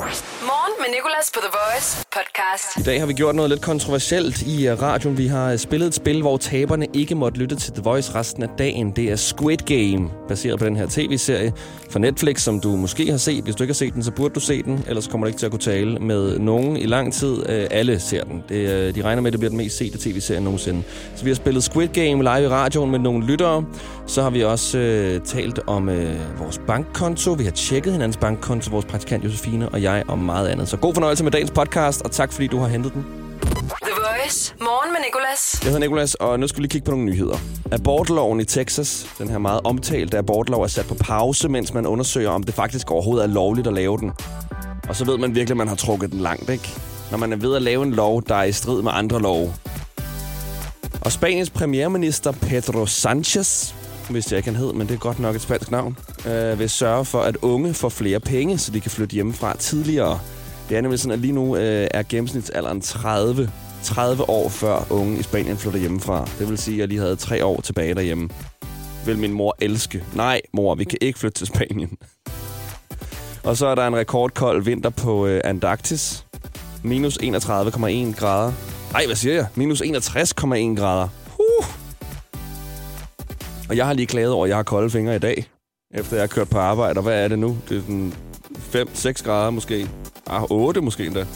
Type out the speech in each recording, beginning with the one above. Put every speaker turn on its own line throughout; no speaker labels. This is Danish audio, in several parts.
Morgen med Nicolas på The Voice podcast.
I dag har vi gjort noget lidt kontroversielt i øh, radioen. Vi har øh, spillet et spil, hvor taberne ikke måtte lytte til The Voice resten af dagen. Det er Squid Game, baseret på den her tv-serie fra Netflix, som du måske har set. Hvis du ikke har set den, så burde du se den. Ellers kommer du ikke til at kunne tale med nogen i lang tid. Øh, Alle ser den. Det, øh, de regner med, at det bliver den mest sete tv-serie nogensinde. Så vi har spillet Squid Game live i radioen med nogle lyttere. Så har vi også øh, talt om øh, vores bankkonto. Vi har tjekket hinandens bankkonto, vores praktikant Josefine og jeg, og meget andet. Så god fornøjelse med dagens podcast, og tak fordi du har hentet den.
The Voice. Morgen med Nicolas.
Jeg hedder Nikolas, og nu skal vi lige kigge på nogle nyheder. Abortloven i Texas, den her meget omtalte abortlov, er sat på pause, mens man undersøger, om det faktisk overhovedet er lovligt at lave den. Og så ved man virkelig, at man har trukket den langt, ikke? Når man er ved at lave en lov, der er i strid med andre love. Og Spaniens premierminister Pedro Sanchez, hvis jeg ikke han hed, men det er godt nok et spansk navn, øh, vil sørge for, at unge får flere penge, så de kan flytte hjemmefra tidligere. Det er nemlig sådan, at lige nu øh, er gennemsnitsalderen 30, 30 år før unge i Spanien flytter hjemmefra. Det vil sige, at jeg lige havde tre år tilbage derhjemme. Vil min mor elske? Nej, mor, vi kan ikke flytte til Spanien. Og så er der en rekordkold vinter på øh, Antarktis. Minus 31,1 grader. Nej, hvad siger jeg? Minus 61,1 grader. Uh! Og jeg har lige klaget over, at jeg har kolde fingre i dag. Efter jeg har kørt på arbejde. Og hvad er det nu? Det er sådan 5-6 grader måske. Ah, 8 måske endda.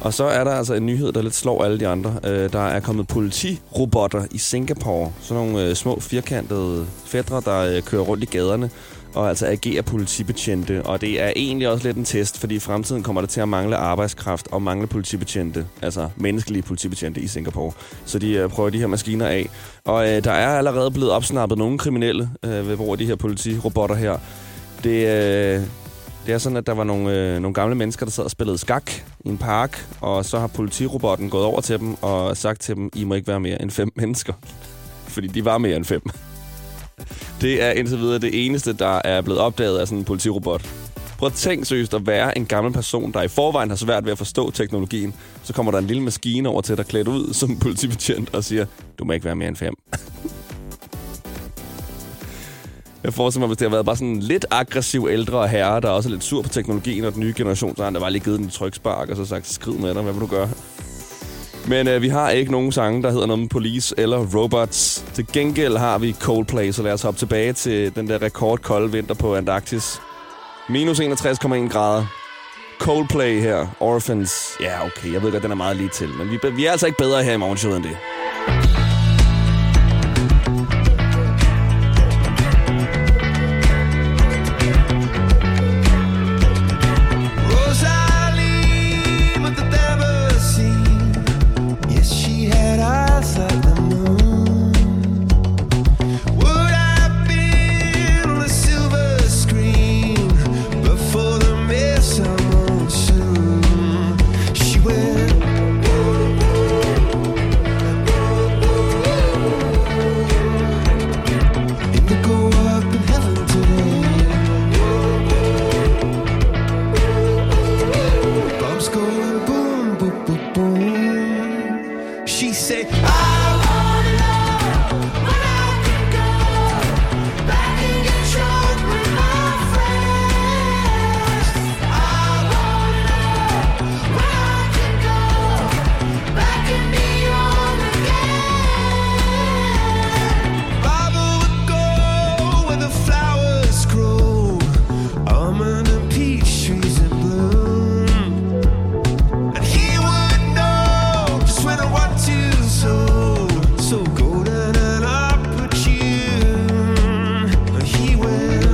Og så er der altså en nyhed, der lidt slår alle de andre. Øh, der er kommet politirobotter i Singapore. Sådan nogle øh, små firkantede fædre, der øh, kører rundt i gaderne og altså agerer politibetjente. Og det er egentlig også lidt en test, fordi i fremtiden kommer der til at mangle arbejdskraft og mangle politibetjente, altså menneskelige politibetjente i Singapore. Så de øh, prøver de her maskiner af. Og øh, der er allerede blevet opsnappet nogle kriminelle øh, ved brug af de her politirobotter her. Det, øh, det er sådan, at der var nogle, øh, nogle gamle mennesker, der sad og spillede skak i en park, og så har politirobotten gået over til dem og sagt til dem, I må ikke være mere end fem mennesker. Fordi de var mere end fem. Det er indtil videre det eneste, der er blevet opdaget af sådan en politirobot. Prøv at tænk seriøst at være en gammel person, der i forvejen har svært ved at forstå teknologien. Så kommer der en lille maskine over til dig, klædt ud som politibetjent, og siger, du må ikke være mere end fem. Jeg forestiller mig, hvis det har været bare sådan en lidt aggressiv ældre herre, der også er lidt sur på teknologien og den nye generation, så har han da bare lige givet den en trykspark og så sagt, skrid med dig, hvad vil du gøre? Men øh, vi har ikke nogen sange, der hedder noget med police eller robots. Til gengæld har vi Coldplay, så lad os hoppe tilbage til den der rekordkolde vinter på Antarktis. Minus 61,1 grader. Coldplay her. Orphans. Ja, okay, jeg ved godt, den er meget lige til, men vi, vi er altså ikke bedre her i morgenshowet end det.
Rosalie, but the never seen. Yes, she had eyes like the moon. Would have been on a silver screen, but for the mess I won't soon. She went. Indigo up in heaven today. Bumps going boom, boom, boom, boom. She said, I wanna know when I can go back and get drunk with my friends. I wanna know when I can go back and be young again. Bible would go where the flowers grow, almond and peach trees in bloom. And he would know just when I want to. So, so golden and opportune. And he went.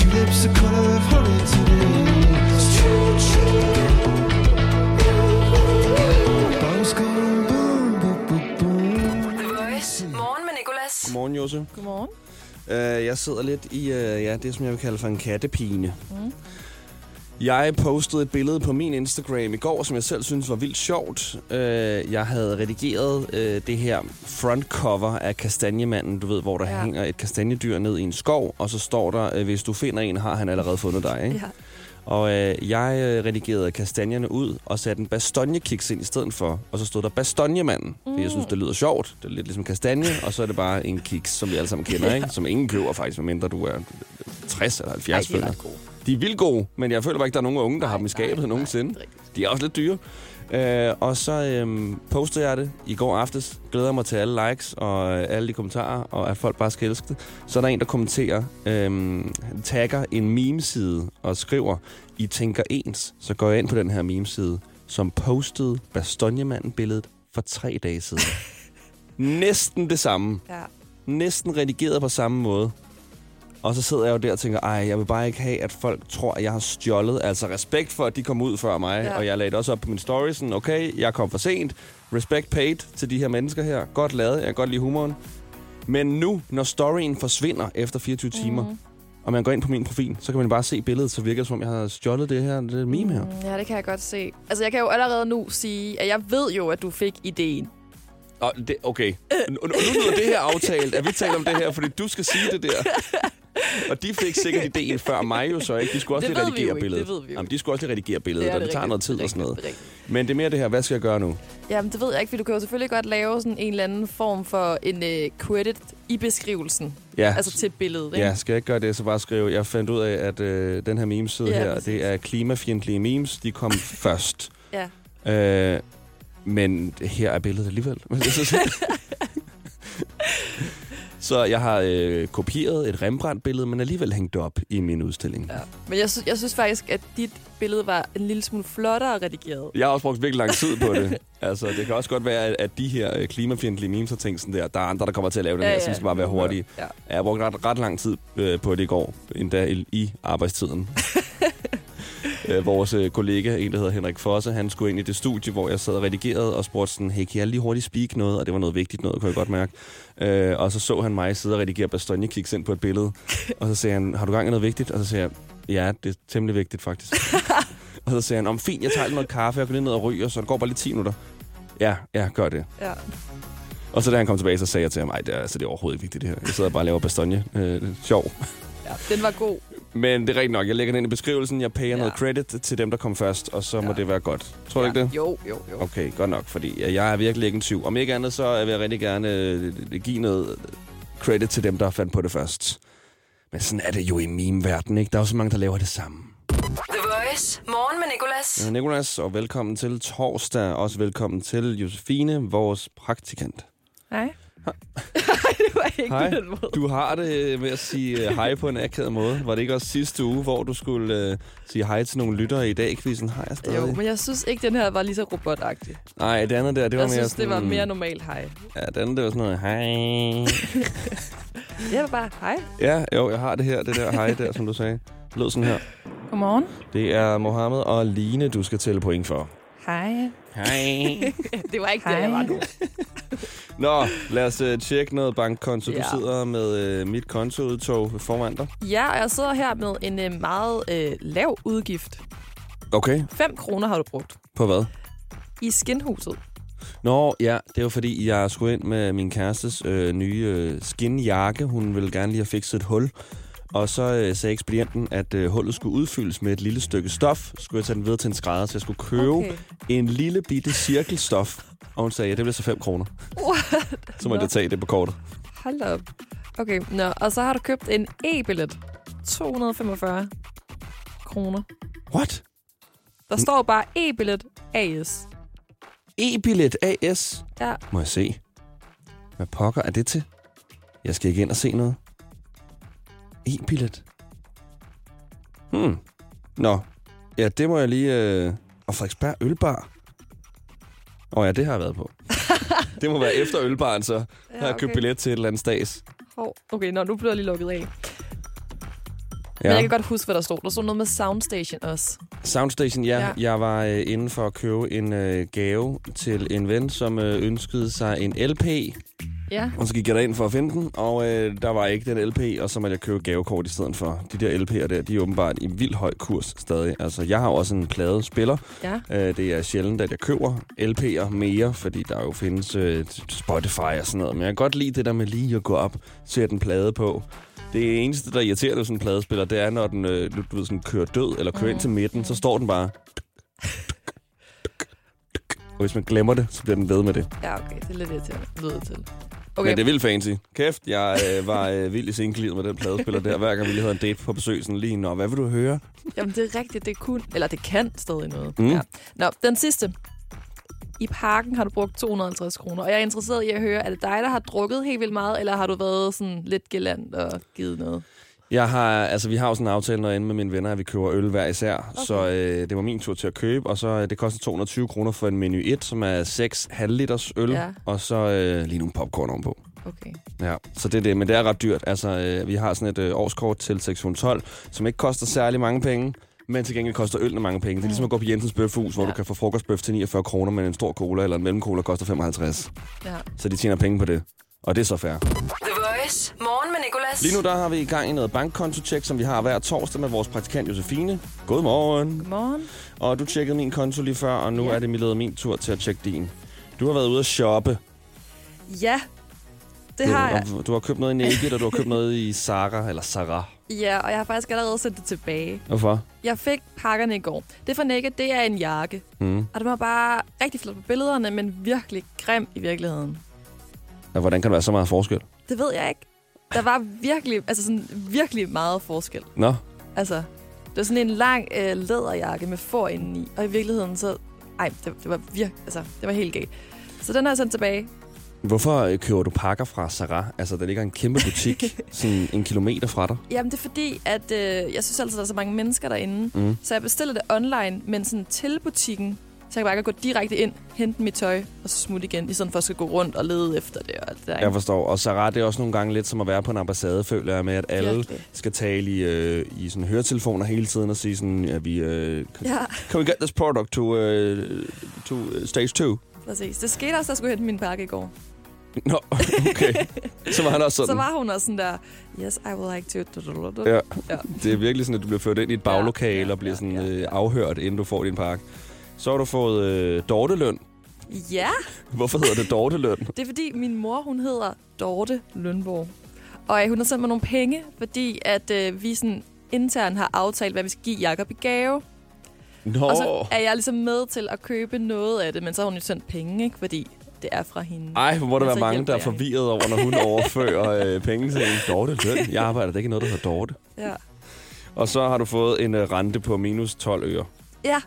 Tulips the color of honey today. Bombs going boom, boom, boom, boom.
The Voice. Morgen med Nicolas.
Godmorgen, Jose.
Godmorgen.
Øh, jeg sidder lidt i øh, ja, det, som jeg vil kalde for en kattepine. Mm. Jeg postede et billede på min Instagram i går, som jeg selv synes var vildt sjovt. Øh, jeg havde redigeret øh, det her frontcover af kastanjemanden, du ved, hvor der ja.
Ja.
hænger et kastanjedyr ned i en skov, og så står der, øh, hvis du finder en, har han allerede fundet dig. Ikke?
Ja.
Og øh, jeg øh, redigerede kastanjerne ud og satte en bastonjekiks ind i stedet for. Og så stod der bastonjemanden, mm. fordi jeg synes, det lyder sjovt. Det er lidt ligesom kastanje, og så er det bare en kiks, som vi alle sammen kender, ikke? som ingen køber faktisk, medmindre du er 60 eller 70
Ej, de er
føler.
ret gode.
De er vildt gode, men jeg føler bare ikke, der er nogen unge, der har dem i skabet
nej,
nogensinde.
det er rigtigt.
De er også lidt dyre. Øh, og så øhm, postede jeg det i går aftes. Glæder mig til alle likes og øh, alle de kommentarer, og at folk bare skal elske det. Så er der en, der kommenterer, øhm, tagger en memeside og skriver, I tænker ens. Så går jeg ind på den her memeside, som postede Bastonjemanden-billedet for tre dage siden. Næsten det samme
Ja.
næsten redigeret på samme måde. Og så sidder jeg jo der og tænker, ej, jeg vil bare ikke have, at folk tror, at jeg har stjålet. Altså respekt for, at de kom ud før mig,
Ja.
ja. og jeg lagde det også op på min story, sådan, okay, jeg kom for sent. Respect paid til de her mennesker her. Godt lavet, jeg kan godt lide humoren. Men nu, når storyen forsvinder efter 24 timer,
Mhm.
mm. og man går ind på min profil, så kan man bare se billedet, så virker det, som om jeg har stjålet det her det meme her.
ja, det kan jeg godt se. Altså, jeg kan jo allerede nu sige, at jeg ved jo, at du fik ideen.
Og det, okay.
Øh.
Nu, nu lyder det her aftalt, at vi taler om det her, fordi du skal sige det der. Og de fik sikkert ideen før mig jo så, ikke? De skulle også
Det
lige
ved vi jo
redigere
ikke,
billedet.
det ved vi jo
Jamen,
ikke.
de skulle også lige redigere billedet, og det, tager noget tid og sådan noget.
Det er rigtigt.
Men det er mere det her, hvad skal jeg gøre nu?
Jamen, det ved jeg ikke, for du kan jo selvfølgelig godt lave sådan en eller anden form for en uh, credit i beskrivelsen.
Ja.
Altså til billedet, ikke?
Ja, skal jeg ikke gøre det, så bare skrive, jeg fandt ud af, at øh, den her memeside
Ja,
her,
præcis.
det er klimafjendtlige memes, de kom først.
ja.
Øh, men her er billedet alligevel. vil jeg så sige. så jeg har øh, kopieret et Rembrandt-billede, men alligevel hængt det op i min udstilling.
Ja. Men jeg, sy- jeg synes faktisk, at dit billede var en lille smule flottere redigeret.
Jeg har også brugt virkelig lang tid på det. altså, det kan også godt være, at- at de her øh, klimafjendtlige memes har tænkt sådan der, der er andre, der kommer til at lave den
Ja,
ja, her,
ja.
ja. så vi skal bare være hurtige.
Ja.
Ja. Jeg har brugt ret, ret lang tid øh, på det i går, endda i, i arbejdstiden. Øh, Vores øh, kollega, en der hedder Henrik Fosse, han skulle ind i det studie, hvor jeg sad og redigerede og spurgte sådan, hey, kan jeg lige hurtigt speak noget? Og det var noget vigtigt noget, kunne jeg godt mærke. Øh, og så så han mig sidde og redigere Bastogne Kiks ind på et billede. Og så sagde han, har du gang i noget vigtigt? Og så sagde jeg, ja, det er temmelig vigtigt faktisk. og så sagde han, om fint, jeg tager lige noget kaffe, jeg går lige ned og ryger, så det går bare lige 10 minutter. Ja, ja, gør det.
Ja.
Og så da han kom tilbage, så sagde jeg til ham, nej, det er, altså, det er overhovedet ikke vigtigt det her. Jeg sidder bare og laver Bastogne. Øh, sjov.
ja. Den var god.
Men det er rigtigt nok. Jeg lægger den ind i beskrivelsen. Jeg payer
Ja.
ja. noget credit til dem, der kom først, og så ja. må
Ja.
det være godt. Tror du
ja.
ikke det?
Jo, jo, jo.
Okay, godt nok, fordi jeg er virkelig ikke en tyv. Om ikke andet, så vil jeg rigtig gerne øh, give noget credit til dem, der fandt på det først. Men sådan er det jo i min verden, ikke? Der er jo så mange, der laver det samme.
The Voice. Morgen med Nicolas.
Jeg hedder Nicolas, og velkommen til torsdag. Også velkommen til Josefine, vores praktikant.
Hej. Nej, det var ikke
Hej.
på den måde.
Du har det øh, med at sige øh, hej på en akavet måde. Var det ikke også sidste uge, hvor du skulle øh, sige hej til nogle lyttere i dag? Quizzen har jeg stadig.
Jo, men jeg synes ikke, den her var lige så robotagtig.
Nej, det andet der, det var
Jeg
mere
synes,
sådan,
det var mere normalt hej.
Ja, det andet der var sådan noget, hej.
Det var bare hej.
ja, jo, jeg har det her, det der hej der, som du sagde. Det lød sådan her.
Godmorgen.
Det er Mohammed og Line, du skal tælle point for.
Hej.
Hej.
Det var ikke det,
Hej.
jeg var nu.
Nå, lad os uh, tjekke noget bankkonto. Ja.
Ja.
Du sidder med uh, mit kontoudtog foran dig.
Ja, og jeg sidder her med en øh, meget øh, lav udgift.
Okay,
5 kroner har du brugt
på hvad?
i skinhuset.
Nå, ja, det var fordi, jeg skulle ind med min kærestes øh, nye øh, skinjakke. Hun ville gerne lige have fikset et hul. Og så øh, sagde ekspedienten, at øh, hullet skulle udfyldes med et lille stykke stof. Så skulle jeg tage den videre til en skrædder, så jeg skulle købe
Okay.
okay. en lille bitte cirkelstof. Og hun sagde, ja, det bliver så 5 kroner. Så
Nå.
må jeg da tage det på kortet.
Hold da op. Okay, nå, og så har du købt en e-billet. 245 kroner.
What?
Der står bare e-billet AS.
E-billet AS.
Ja,
Må jeg se. Hvad pokker er det til? Jeg skal ikke ind og se noget. E-billet. Hmm. Nå. Ja, det må jeg lige... Øh... Og Frederiksberg Ølbar. Åh oh, ja, det har jeg været på. det må være efter Ølbaren, så. Der
ja
har jeg købt billet til et eller andet stads.
Hov. Okay, nå, nu bliver jeg lige lukket af. Ja. Men
Ja.
jeg kan godt huske, hvad der stod. Der stod noget med Soundstation også.
Soundstation, ja.
Ja.
ja. Jeg var øh, inde for at købe en øh, gave til en ven, som øh, ønskede sig en LP.
Ja.
Og så gik jeg derind for at finde den, og øh, der var ikke den LP, og så måtte jeg købe gavekort i stedet for. De der LP'er der, de er åbenbart i vild høj kurs stadig. Altså, jeg har jo også en pladespiller.
Ja.
Øh, det er sjældent, at jeg køber LP'er mere, fordi der jo findes øh, Spotify og sådan noget. Men jeg kan godt lide det der med lige at gå op, sætte en plade på, Det eneste, der irriterer ved sådan en pladespiller, det er, når den øh, du ved, sådan, kører død eller kører ind til midten, så står den bare... Og hvis man glemmer det, så bliver den ved med det.
Ja, okay, det er lidt irriterende. Lyder det til.
Okay.
Okay,
Men det er vildt fancy. Kæft, jeg øh, var øh, vild i sengelivet med den pladespiller der. Hver gang vi lige havde en date på besøg, sådan lige, nå, hvad vil du høre?
jamen det er rigtigt, det kunne, eller det kan stadig noget.
Mm.
Ja. Nå, den sidste. I parken har du brugt 250 kroner, og jeg er interesseret i at høre, er det dig, der har drukket helt vildt meget, eller har du været sådan lidt geland og givet noget?
Jeg har, altså, vi har jo sådan en aftale, når jeg er inde med mine venner, at vi køber øl hver især. Okay. Så øh, det var min tur til at købe, og så øh, det koster 220 kroner for en menu 1, som er 6 halv liters øl,
Ja.
ja. og så øh, lige nogle popcorn ovenpå.
Okay.
Ja, så det er det, men det er ret dyrt. Altså, øh, vi har sådan et øh, årskort til sektion 12, som ikke koster særlig mange penge, men til gengæld koster ølene mange penge. Det er ligesom at gå på Jensens Bøfhus, hvor
Ja.
du kan få frokostbøf til 49 kroner, men en stor cola eller en mellemcola koster 55.
Ja.
Så de tjener penge på det. Og det er så fair.
The Voice. Morgen med Nicolas.
Lige nu der har vi i gang i noget bankkontotjek, som vi har hver torsdag med vores praktikant Josefine. Godmorgen.
Godmorgen.
Og du tjekkede min konto lige før, og nu
Ja.
er det blevet min tur til at tjekke din. Du har været ude at shoppe.
Ja, det har jeg.
Du, du har købt noget i Naked, og du har købt noget i Zara, eller Zara.
Ja, og jeg har faktisk allerede sendt det tilbage.
Hvorfor?
Jeg fik pakkerne i går. Det fra Naked, det er en jakke.
Mm.
Og den var bare rigtig flot på billederne, men virkelig grim i virkeligheden.
Ja, hvordan kan der være så meget forskel?
Det ved jeg ikke. Der var virkelig, altså sådan virkelig meget forskel.
Nå,
Altså, det var sådan en lang øh, læderjakke med får indeni, og i virkeligheden så... Ej, det, det var virkelig, altså, det var helt galt. Så den har jeg sendt tilbage.
hvorfor øh, køber du pakker fra Zara? Altså, der ligger en kæmpe butik, sådan en kilometer fra dig.
Jamen, det er fordi, at øh, jeg synes altid, der er så mange mennesker derinde.
Mm.
Så jeg bestiller det online, men sådan til butikken, så jeg kan bare gå direkte ind, hente mit tøj, og så smutte igen, i stedet for at skal gå rundt og lede efter det og alt det der.
Jeg forstår. Og Zara, det er også nogle gange lidt som at være på en ambassade, føler jeg med, at alle
Virkelig.
skal tale i, øh, i sådan høretelefoner hele tiden og sige sådan, at vi... Øh, can,
Ja,
can we get this product to, øh, to øh, stage 2?
præcis. Det skete også, da jeg skulle hente min pakke i går.
Nå, okay. Så var han også sådan.
Så var hun også sådan der, yes, I would like to...
Ja.
Ja.
Det er virkelig sådan, at du bliver ført ind i et baglokale
Ja, ja,
og bliver
ja,
sådan
ja.
øh, afhørt, inden du får din pakke. Så har du fået øh, dorteløn.
ja.
Hvorfor hedder det dorteløn?
Det er fordi, min mor, hun hedder Dorte Lønborg. Og øh, hun har sendt mig nogle penge, fordi at øh, vi sådan internt har aftalt, hvad vi skal give Jakob i gave.
Nå.
Og så er jeg ligesom med til at købe noget af det, men så har hun jo sendt penge, ikke? Fordi det er fra hende.
Ej, hvor må der
Men
være
så
mange,
hjælper
der er
jeg hende.
forvirret over, når hun overfører øh, penge til en Dorte løn. Jeg arbejder da ikke i noget, der hedder Dorte.
Ja.
Og så har du fået en øh, rente på minus 12 øre.
ja.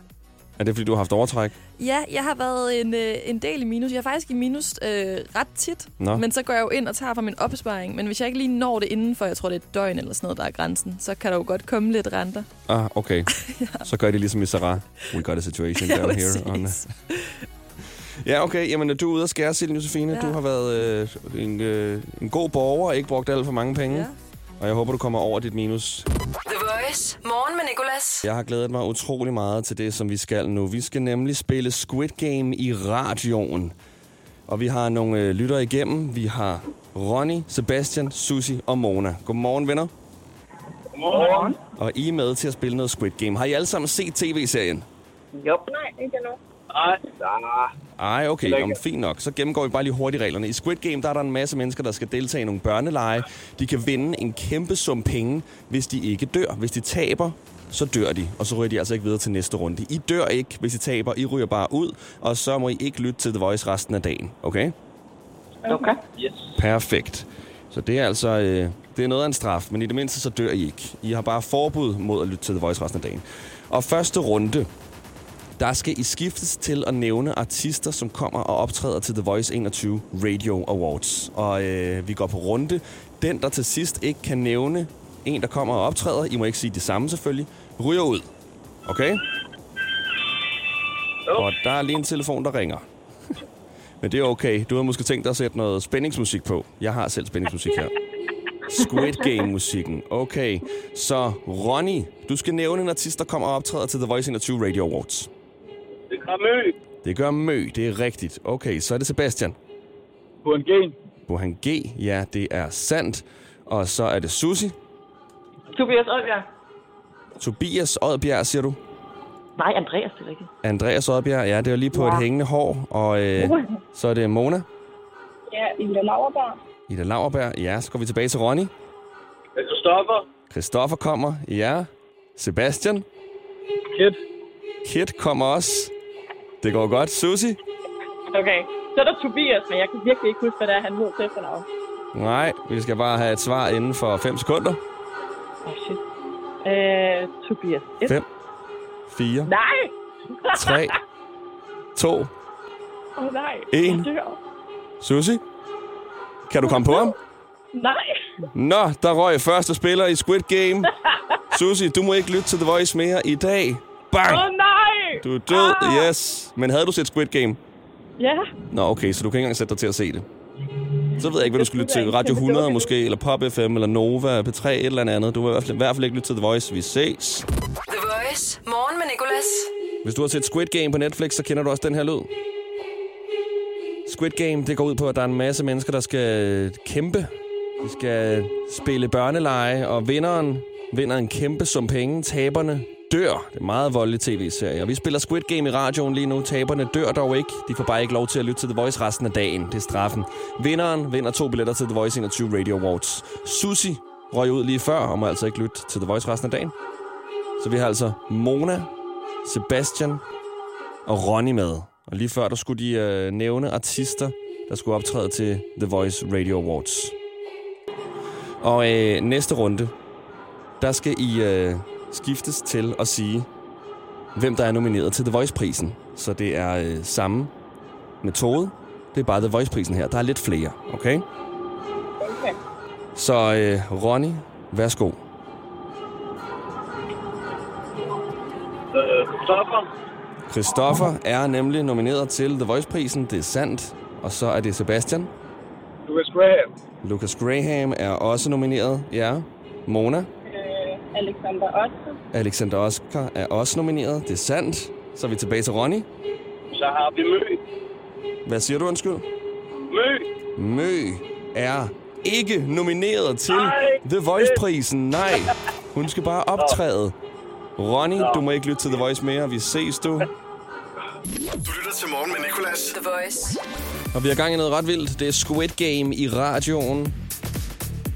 Er det, fordi du har haft overtræk?
Ja, jeg har været en, øh, en del i minus. Jeg er faktisk i minus øh, ret tit,
Nå.
men så går jeg jo ind og tager fra min opsparing. Men hvis jeg ikke lige når det indenfor, jeg tror det er et døgn eller sådan noget, der er grænsen, så kan der jo godt komme lidt renter.
Ah, okay. Så gør de ligesom i Sarah. We got a situation down here. On, øh.
præcis.
Ja, okay. Jamen, du er ude at skære, Silden Josefine.
Ja.
Du har været øh, en, øh, en god borger og ikke brugt alt for mange penge.
Ja.
Og jeg håber, du kommer over dit minus.
The Voice. Morgen med Nicolas.
Jeg har glædet mig utrolig meget til det, som vi skal nu. Vi skal nemlig spille Squid Game i radioen. Og vi har nogle øh, lyttere igennem. Vi har Ronny, Sebastian, Susi og Mona. Godmorgen, venner.
Godmorgen.
Og I er med til at spille noget Squid Game. Har I alle sammen set tv-serien?
Jo. Nej, ikke endnu. Nej. Ah,
Ej, okay,
Heller
Jamen,
ikke.
fint nok. Så gennemgår vi bare lige hurtigt reglerne. I Squid Game, der er der en masse mennesker, der skal deltage i nogle børneleje. De kan vinde en kæmpe sum penge, hvis de ikke dør. Hvis de taber, så dør de, og så ryger de altså ikke videre til næste runde. I dør ikke, hvis I taber. I ryger bare ud, og så må I ikke lytte til The Voice resten af dagen. Okay?
okay. Yes.
Perfekt. Så det er altså øh, det er noget af en straf, men i det mindste så dør I ikke. I har bare forbud mod at lytte til The Voice resten af dagen. Og første runde, der skal I skiftes til at nævne artister, som kommer og optræder til The Voice 21 Radio Awards. Og øh, vi går på runde. Den, der til sidst ikke kan nævne en, der kommer og optræder, I må ikke sige det samme selvfølgelig, ryger ud. Okay? Og der er lige en telefon, der ringer. Men det er okay. Du havde måske tænkt dig at sætte noget spændingsmusik på. Jeg har selv spændingsmusik her. Squid Game-musikken. Okay, så Ronny, du skal nævne en artist, der kommer og optræder til The Voice 21 Radio Awards.
Det kom ø.
Det gør Mø, det er rigtigt. Okay, så er det Sebastian.
På en gen.
Burhan G, ja, det er sandt. Og så er det Susi.
Tobias Olbjerg.
Tobias Odbjerg, siger du.
Nej, Andreas, det er rigtigt.
Andreas Odbjerg, ja, det er jo lige på et hængende hår. Og øh, så er det Mona.
Ja, Ida Lauerberg.
Ida Lauerberg, ja, så går vi tilbage til Ronny.
Med Christoffer,
Christoffer kommer. Ja. Sebastian.
Kit,
Kit kommer også. Det går godt. Susi?
Okay. Så er der Tobias, men jeg kan virkelig ikke huske, hvad det er, han hed til efternavn.
Nej, vi skal bare have et svar inden for 5 sekunder.
Åh, oh, shit. Øh, Tobias. Et.
5, 4,
Nej!
3, 2,
Åh, oh, nej.
En.
Jeg dør.
Susi? Kan du komme på ham?
Nej.
Nå, der røg første spiller i Squid Game. Susi, du må ikke lytte til The Voice mere i dag.
Åh,
Bang!
oh, nej!
Du er død,
Ah!
yes. Men havde du set Squid Game?
Ja.
Nå, okay, så du kan ikke engang sætte dig til at se det. Så ved jeg ikke, hvad du skal lytte til. Radio 100 måske, eller Pop FM, eller Nova, P3, et eller andet. Du vil i hvert fald- i hvert fald ikke lytte til The Voice. Vi ses.
The Voice. Morgen med Nicolas.
Hvis du har set Squid Game på Netflix, så kender du også den her lyd. Squid Game, det går ud på, at der er en masse mennesker, der skal kæmpe. De skal spille børneleje, og vinderen vinder en kæmpe sum penge. Taberne dør. Det er meget voldelig tv-serie. Og vi spiller Squid Game i radioen lige nu. Taberne dør dog ikke. De får bare ikke lov til at lytte til The Voice resten af dagen. Det er straffen. Vinderen vinder to billetter til The Voice 21 Radio Awards. Susi røg ud lige før, og må altså ikke lytte til The Voice resten af dagen. Så vi har altså Mona, Sebastian og Ronny med. Og lige før, der skulle de øh, nævne artister, der skulle optræde til The Voice Radio Awards. Og øh, næste runde, der skal I øh, skiftes til at sige, hvem der er nomineret til The Voice-prisen. Så det er øh, samme metode. Det er bare The Voice-prisen her. Der er lidt flere, okay? Okay. Så øh, Ronny, værsgo.
øh, Christoffer,
Christoffer er nemlig nomineret til The Voice-prisen, det er sandt. Og så er det Sebastian.
Lucas Graham,
Lucas Graham er også nomineret, ja. Mona.
Øh, Alexander Otto.
Alexander Oscar er også nomineret, det er sandt. Så er vi tilbage til Ronny.
så har vi Mø.
Hvad siger du, undskyld?
Mø,
Mø er ikke nomineret til
Nej!
The Voice-prisen, nej. Hun skal bare optræde. Ronny, du må ikke lytte til The Voice mere. Vi ses, du.
Du lytter til Morgen med Nicolas.
The Voice.
Og vi har gang i noget ret vildt. Det er Squid Game i radioen.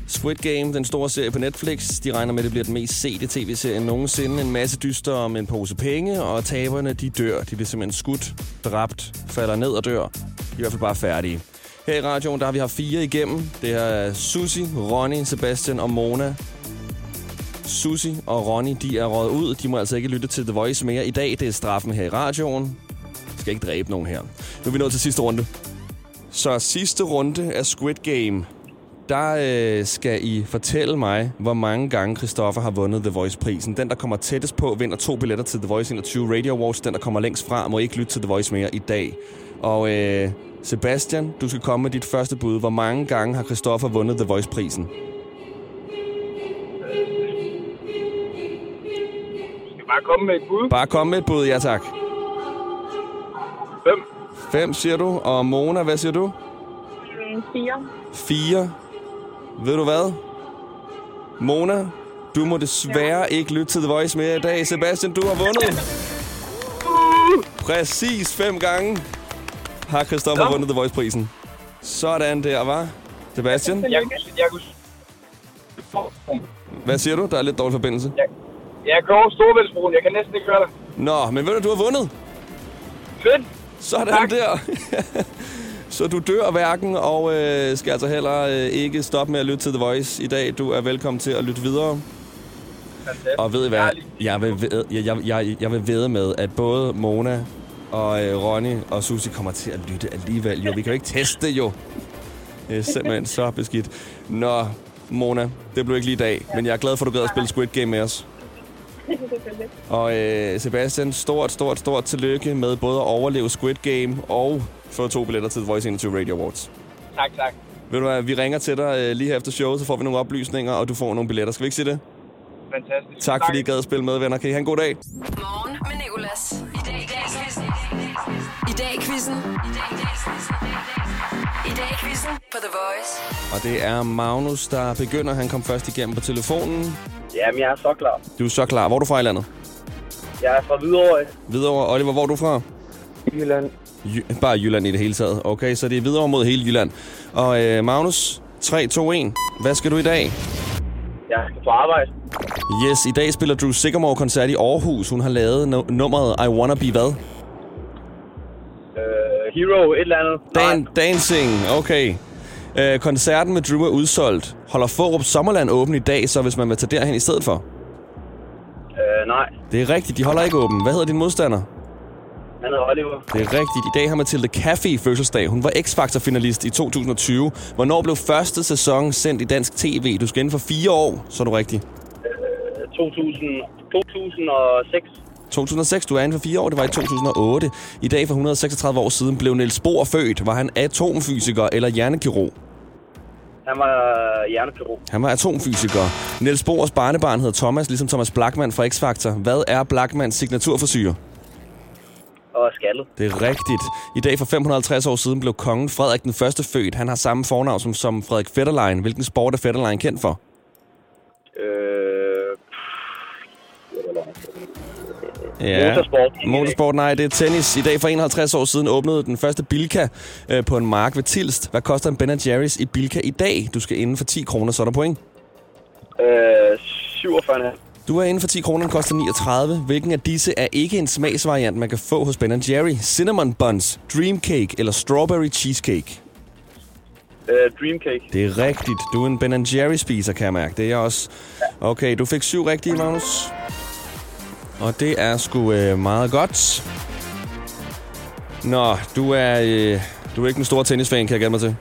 Squid Game, den store serie på Netflix. De regner med, at det bliver den mest sete tv-serie nogensinde. En masse dyster om en pose penge, og taberne, de dør. De bliver simpelthen skudt, dræbt, falder ned og dør. De er i hvert fald bare færdige. Her i radioen, der har vi haft fire igennem. Det er Susi, Ronny, Sebastian og Mona. Susi og Ronny, de er røget ud. De må altså ikke lytte til The Voice mere i dag. Det er straffen her i radioen. Jeg skal ikke dræbe nogen her. Nu er vi nået til sidste runde. Så sidste runde af Squid Game. Der øh, skal I fortælle mig, hvor mange gange Christoffer har vundet The Voice-prisen. Den, der kommer tættest på, vinder to billetter til The Voice 21 Radio Awards. Den, der kommer længst fra, må ikke lytte til The Voice mere i dag. Og øh, Sebastian, du skal komme med dit første bud. Hvor mange gange har Christoffer vundet The Voice-prisen?
skal bare komme med et bud.
Bare kom med et bud, ja tak.
Hvem?
Fem, siger du. Og Mona, hvad siger du?
Mm, fire.
Fire. Ved du hvad? Mona, du må desværre ja. ikke lytte til The Voice mere i dag. Sebastian, du har vundet. Præcis fem gange har Christoffer vundet The Voice-prisen. Sådan der, var. Sebastian,
Jeg, jeg, kunne...
hvad siger du? Der er lidt dårlig forbindelse.
jeg, jeg går over Storvældsbroen. Jeg kan næsten ikke høre dig.
Nå, men ved du, du har vundet.
Fedt!
Sådan
Tak.
der. Så du dør hverken, og øh, skal altså heller øh, ikke stoppe med at lytte til The Voice i dag. Du er velkommen til at lytte videre.
Fantastisk.
Og ved I hvad? Jeg vil, ved, jeg, jeg, jeg, jeg vil vede med, at både Mona og øh, Ronny og Susi kommer til at lytte alligevel. Jo, vi kan jo ikke teste det, jo. Det er simpelthen så beskidt. Nå, Mona, det blev ikke lige i dag, men jeg er glad for, at du gad at spille Squid Game med os. Og øh, Sebastian, stort, stort, stort tillykke med både at overleve Squid Game og få to billetter til The Voice 21 Radio Awards.
Tak, tak.
Ved du hvad, vi ringer til dig øh, lige her efter showet, så får vi nogle oplysninger, og du får nogle billetter. Skal vi ikke sige det?
Fantastisk.
Tak, fordi I gad at spille med, venner. Kan I have en god dag?
Morgen med Nicolas. I dag i dag quizzen. I dag quizzen. I dag quizzen. I dag quizzen på The Voice.
Og det er Magnus, der begynder. Han kom først igennem på telefonen.
Jamen, jeg er så klar.
Du er så klar. Hvor er du fra i landet?
Jeg er fra Hvidovre.
Hvidovre. Oliver, hvor er du fra?
Jylland.
Jy- bare Jylland i det hele taget. Okay, så det er Hvidovre mod hele Jylland. Og øh, Magnus, 3, 2, 1. Hvad skal du i dag?
Jeg skal på arbejde.
Yes, i dag spiller Drew Sigamore-koncert i Aarhus. Hun har lavet no- nummeret I Wanna Be Hvad?
Øh, hero, et eller andet.
Dan-
Nej.
dancing, okay. Øh, koncerten med Drew er udsolgt. Holder Forup Sommerland åben i dag, så hvis man vil tage derhen i stedet for?
Øh, nej.
Det er rigtigt, de holder ikke åben. Hvad hedder din modstander?
Han hedder Oliver.
Det er rigtigt. I dag har Mathilde Caffey fødselsdag. Hun var X-Factor-finalist i 2020. Hvornår blev første sæson sendt i dansk tv? Du skal inden for fire år, så er du rigtig.
Øh, 2000, 2006.
2006, du er inden for fire år, det var i 2008. I dag for 136 år siden blev Niels Bohr født. Var han atomfysiker eller hjernekirurg?
Han var øh, hjernepirog.
Han var atomfysiker. Niels Bohrs barnebarn hedder Thomas, ligesom Thomas Blackman fra X-Factor. Hvad er Blackmans signaturforsyre?
Og skaldet.
Det er rigtigt. I dag for 550 år siden blev kongen Frederik den første født. Han har samme fornavn som, som Frederik Fetterlein. Hvilken sport er Fetterlein kendt for?
Øh,
Ja.
Motorsport.
Motorsport, nej, det er tennis. I dag for 51 år siden åbnede den første Bilka øh, på en mark ved Tilst. Hvad koster en Ben Jerry's i Bilka i dag? Du skal inden for 10 kroner, så er der point.
øh, 47.
Du er inden for 10 kroner, den koster 39. Hvilken af disse er ikke en smagsvariant, man kan få hos Ben Jerry? Cinnamon buns, dream cake eller strawberry cheesecake?
Øh, Dreamcake.
Det er rigtigt. Du er en Ben Jerry-spiser, kan jeg mærke. Det er jeg også. Okay, du fik syv rigtige, Magnus. Og det er sgu øh, meget godt. Nå, du er, øh, du er ikke en stor tennisfan, kan jeg gætte mig til.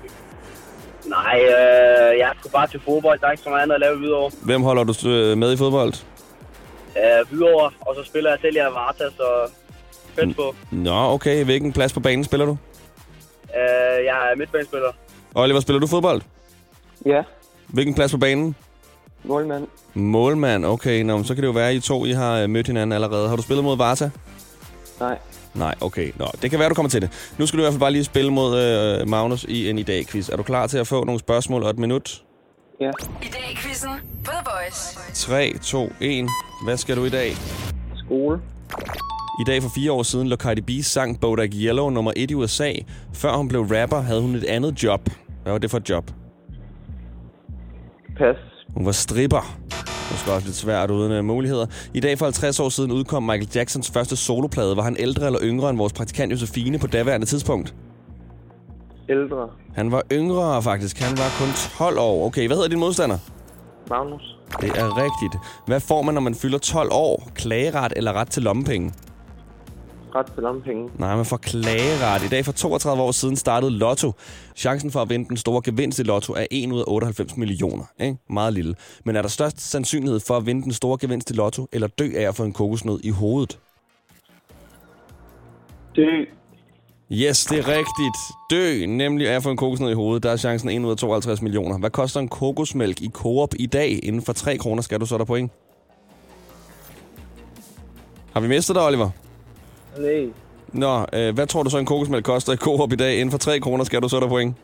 Nej, øh, jeg skulle bare til fodbold. Der er ikke så meget andet at lave i Hvidovre.
Hvem holder du øh, med i fodbold?
Øh, Hvidovre, og så spiller jeg selv i Avarta, så fedt på.
Nå, okay. Hvilken plads på banen spiller du?
Øh, jeg er midtbanespiller.
Oliver, spiller du fodbold?
Ja,
Hvilken plads på banen?
målmand.
Målmand, okay. Nå, men så kan det jo være, at I to I har øh, mødt hinanden allerede. Har du spillet mod Varta?
Nej.
Nej, okay. Nå, det kan være, du kommer til det. Nu skal du i hvert fald bare lige spille mod øh, Magnus i en i dag-quiz. Er du klar til at få nogle spørgsmål og et minut?
Ja,
I dag i quizzen på The Voice.
3, 2, 1. Hvad skal du i dag?
skole.
I dag for fire år siden lå Cardi B sang Bodak Yellow nummer 1 i USA. Før hun blev rapper, havde hun et andet job. Hvad var det for et job?
Pas.
Hun var stripper. Måske også lidt svært uden uh, muligheder. I dag for 50 år siden udkom Michael Jacksons første soloplade. Var han ældre eller yngre end vores praktikant Josefine på daværende tidspunkt?
Ældre.
Han var yngre faktisk. Han var kun 12 år. Okay, hvad hedder din modstander?
Magnus.
Det er rigtigt. Hvad får man, når man fylder 12 år? Klageret eller ret til lommepenge?
Ret til lommepenge.
Nej, man får klageret. I dag for 32 år siden startede Lotto. Chancen for at vinde den store gevinst i Lotto er 1 ud af 98 millioner. Ikke? Meget lille. Men er der størst sandsynlighed for at vinde den store gevinst i Lotto, eller dø af at få en kokosnød i hovedet?
Dø.
Yes, det er rigtigt. Dø, nemlig af at få en kokosnød i hovedet. Der er chancen 1 ud af 52 millioner. Hvad koster en kokosmælk i Coop i dag? Inden for 3 kroner skal du så der point. Har vi mistet dig, Oliver?
Nej.
Nå, øh, hvad tror du så en kokosmælk koster i Coop i dag? Inden for 3 kroner skal du så der point.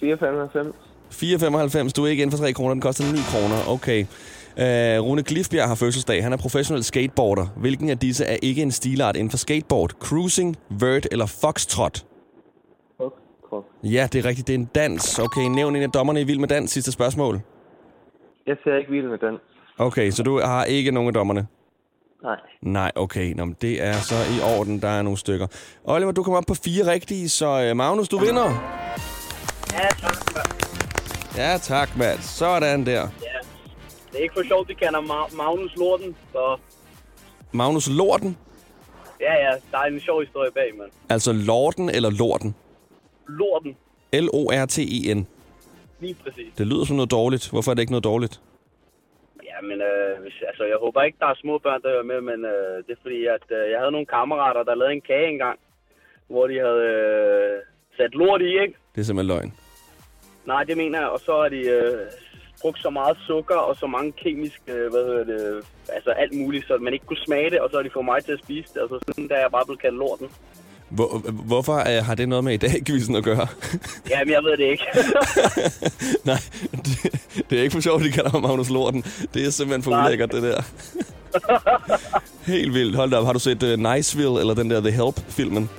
495.
4,95. Du er ikke inden for 3 kroner. Den koster 9 kroner. Okay. Øh, Rune Glifbjerg har fødselsdag. Han er professionel skateboarder. Hvilken af disse er ikke en stilart inden for skateboard? Cruising, vert eller foxtrot?
Fuck. Fuck.
Ja, det er rigtigt. Det er en dans. Okay, nævn en af dommerne i Vild med Dans. Sidste spørgsmål.
Jeg ser ikke vild med den.
Okay, så du har ikke nogen af dommerne?
Nej.
Nej, okay. Nå, men det er så i orden. Der er nogle stykker. Oliver, du kommer op på fire rigtige, så øh, Magnus, du vinder.
Ja, tak. mand.
Ja, tak, mand. Sådan der.
Ja. Det er ikke for sjovt, de kalder Ma- Magnus Lorten, så
Magnus Lorten.
ja, ja, der er en sjov historie bag, mand.
Altså Lorten eller Lorten.
Lorten,
L-O-R-T-E-N.
lige præcis.
Det lyder som noget dårligt. Hvorfor er det ikke noget dårligt?
Ja, men øh, hvis- altså, jeg håber ikke, der er små børn, der hører med, men øh, det er fordi, at øh, jeg havde nogle kammerater, der lavede en kage engang, hvor de havde øh, sat lort i, ikke?
Det er simpelthen løgn.
Nej, det mener jeg, og så har de øh, brugt så meget sukker og så mange kemiske, øh, hvad hedder det, altså alt muligt, så man ikke kunne smage det, og så har de fået mig til at spise det, og så sådan der er jeg bare blevet kaldt lorten.
Hvor, hvorfor øh, har det noget med i dag quizzen at gøre?
Jamen, jeg ved det ikke.
Nej, det, det er ikke for sjovt, de kalder ham Magnus Lorten. Det er simpelthen for
Nej.
ulækkert, det der. Helt vildt. Hold da op. Har du set uh, Niceville eller den der The Help-filmen?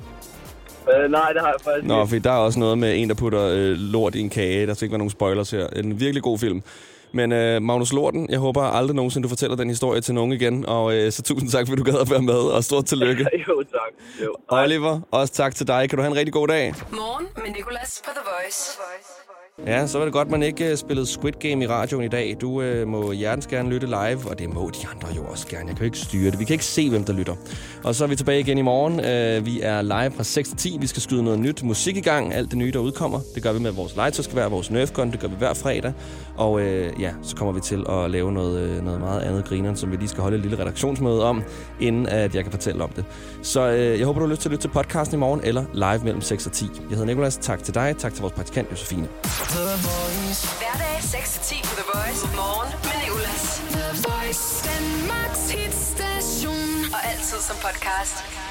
øh, nej, det har jeg faktisk
Nå,
ikke.
for der er også noget med en, der putter øh, lort i en kage. Der skal ikke være nogen spoilers her. En virkelig god film. Men øh, Magnus Lorten, jeg håber aldrig nogensinde, du fortæller den historie til nogen igen. Og øh, så tusind tak, fordi du gad at være med, og stort tillykke.
jo, tak. Jo.
Oliver, også tak til dig. Kan du have en rigtig god dag.
Morgen med Nicolas på The Voice.
Ja, så var det godt, man ikke øh, spillede Squid Game i radioen i dag. Du øh, må hjertens gerne lytte live, og det må de andre jo også gerne. Jeg kan jo ikke styre det. Vi kan ikke se, hvem der lytter. Og så er vi tilbage igen i morgen. Øh, vi er live fra 6 til 10. Vi skal skyde noget nyt musik i gang. Alt det nye, der udkommer. Det gør vi med vores legetøjskvær, vores Nerfgun. Det gør vi hver fredag. Og øh, ja, så kommer vi til at lave noget, øh, noget meget andet grineren, som vi lige skal holde et lille redaktionsmøde om, inden at jeg kan fortælle om det. Så øh, jeg håber, du har lyst til at lytte til podcasten i morgen, eller live mellem 6 og 10. Jeg hedder Nikolas. Tak til dig. Tak til vores praktikant, Josefine.
Hverdag 6-10 på The Voice. Morgen med Nicolas.
The Voice, Danmarks hitstation.
Og altid som podcast.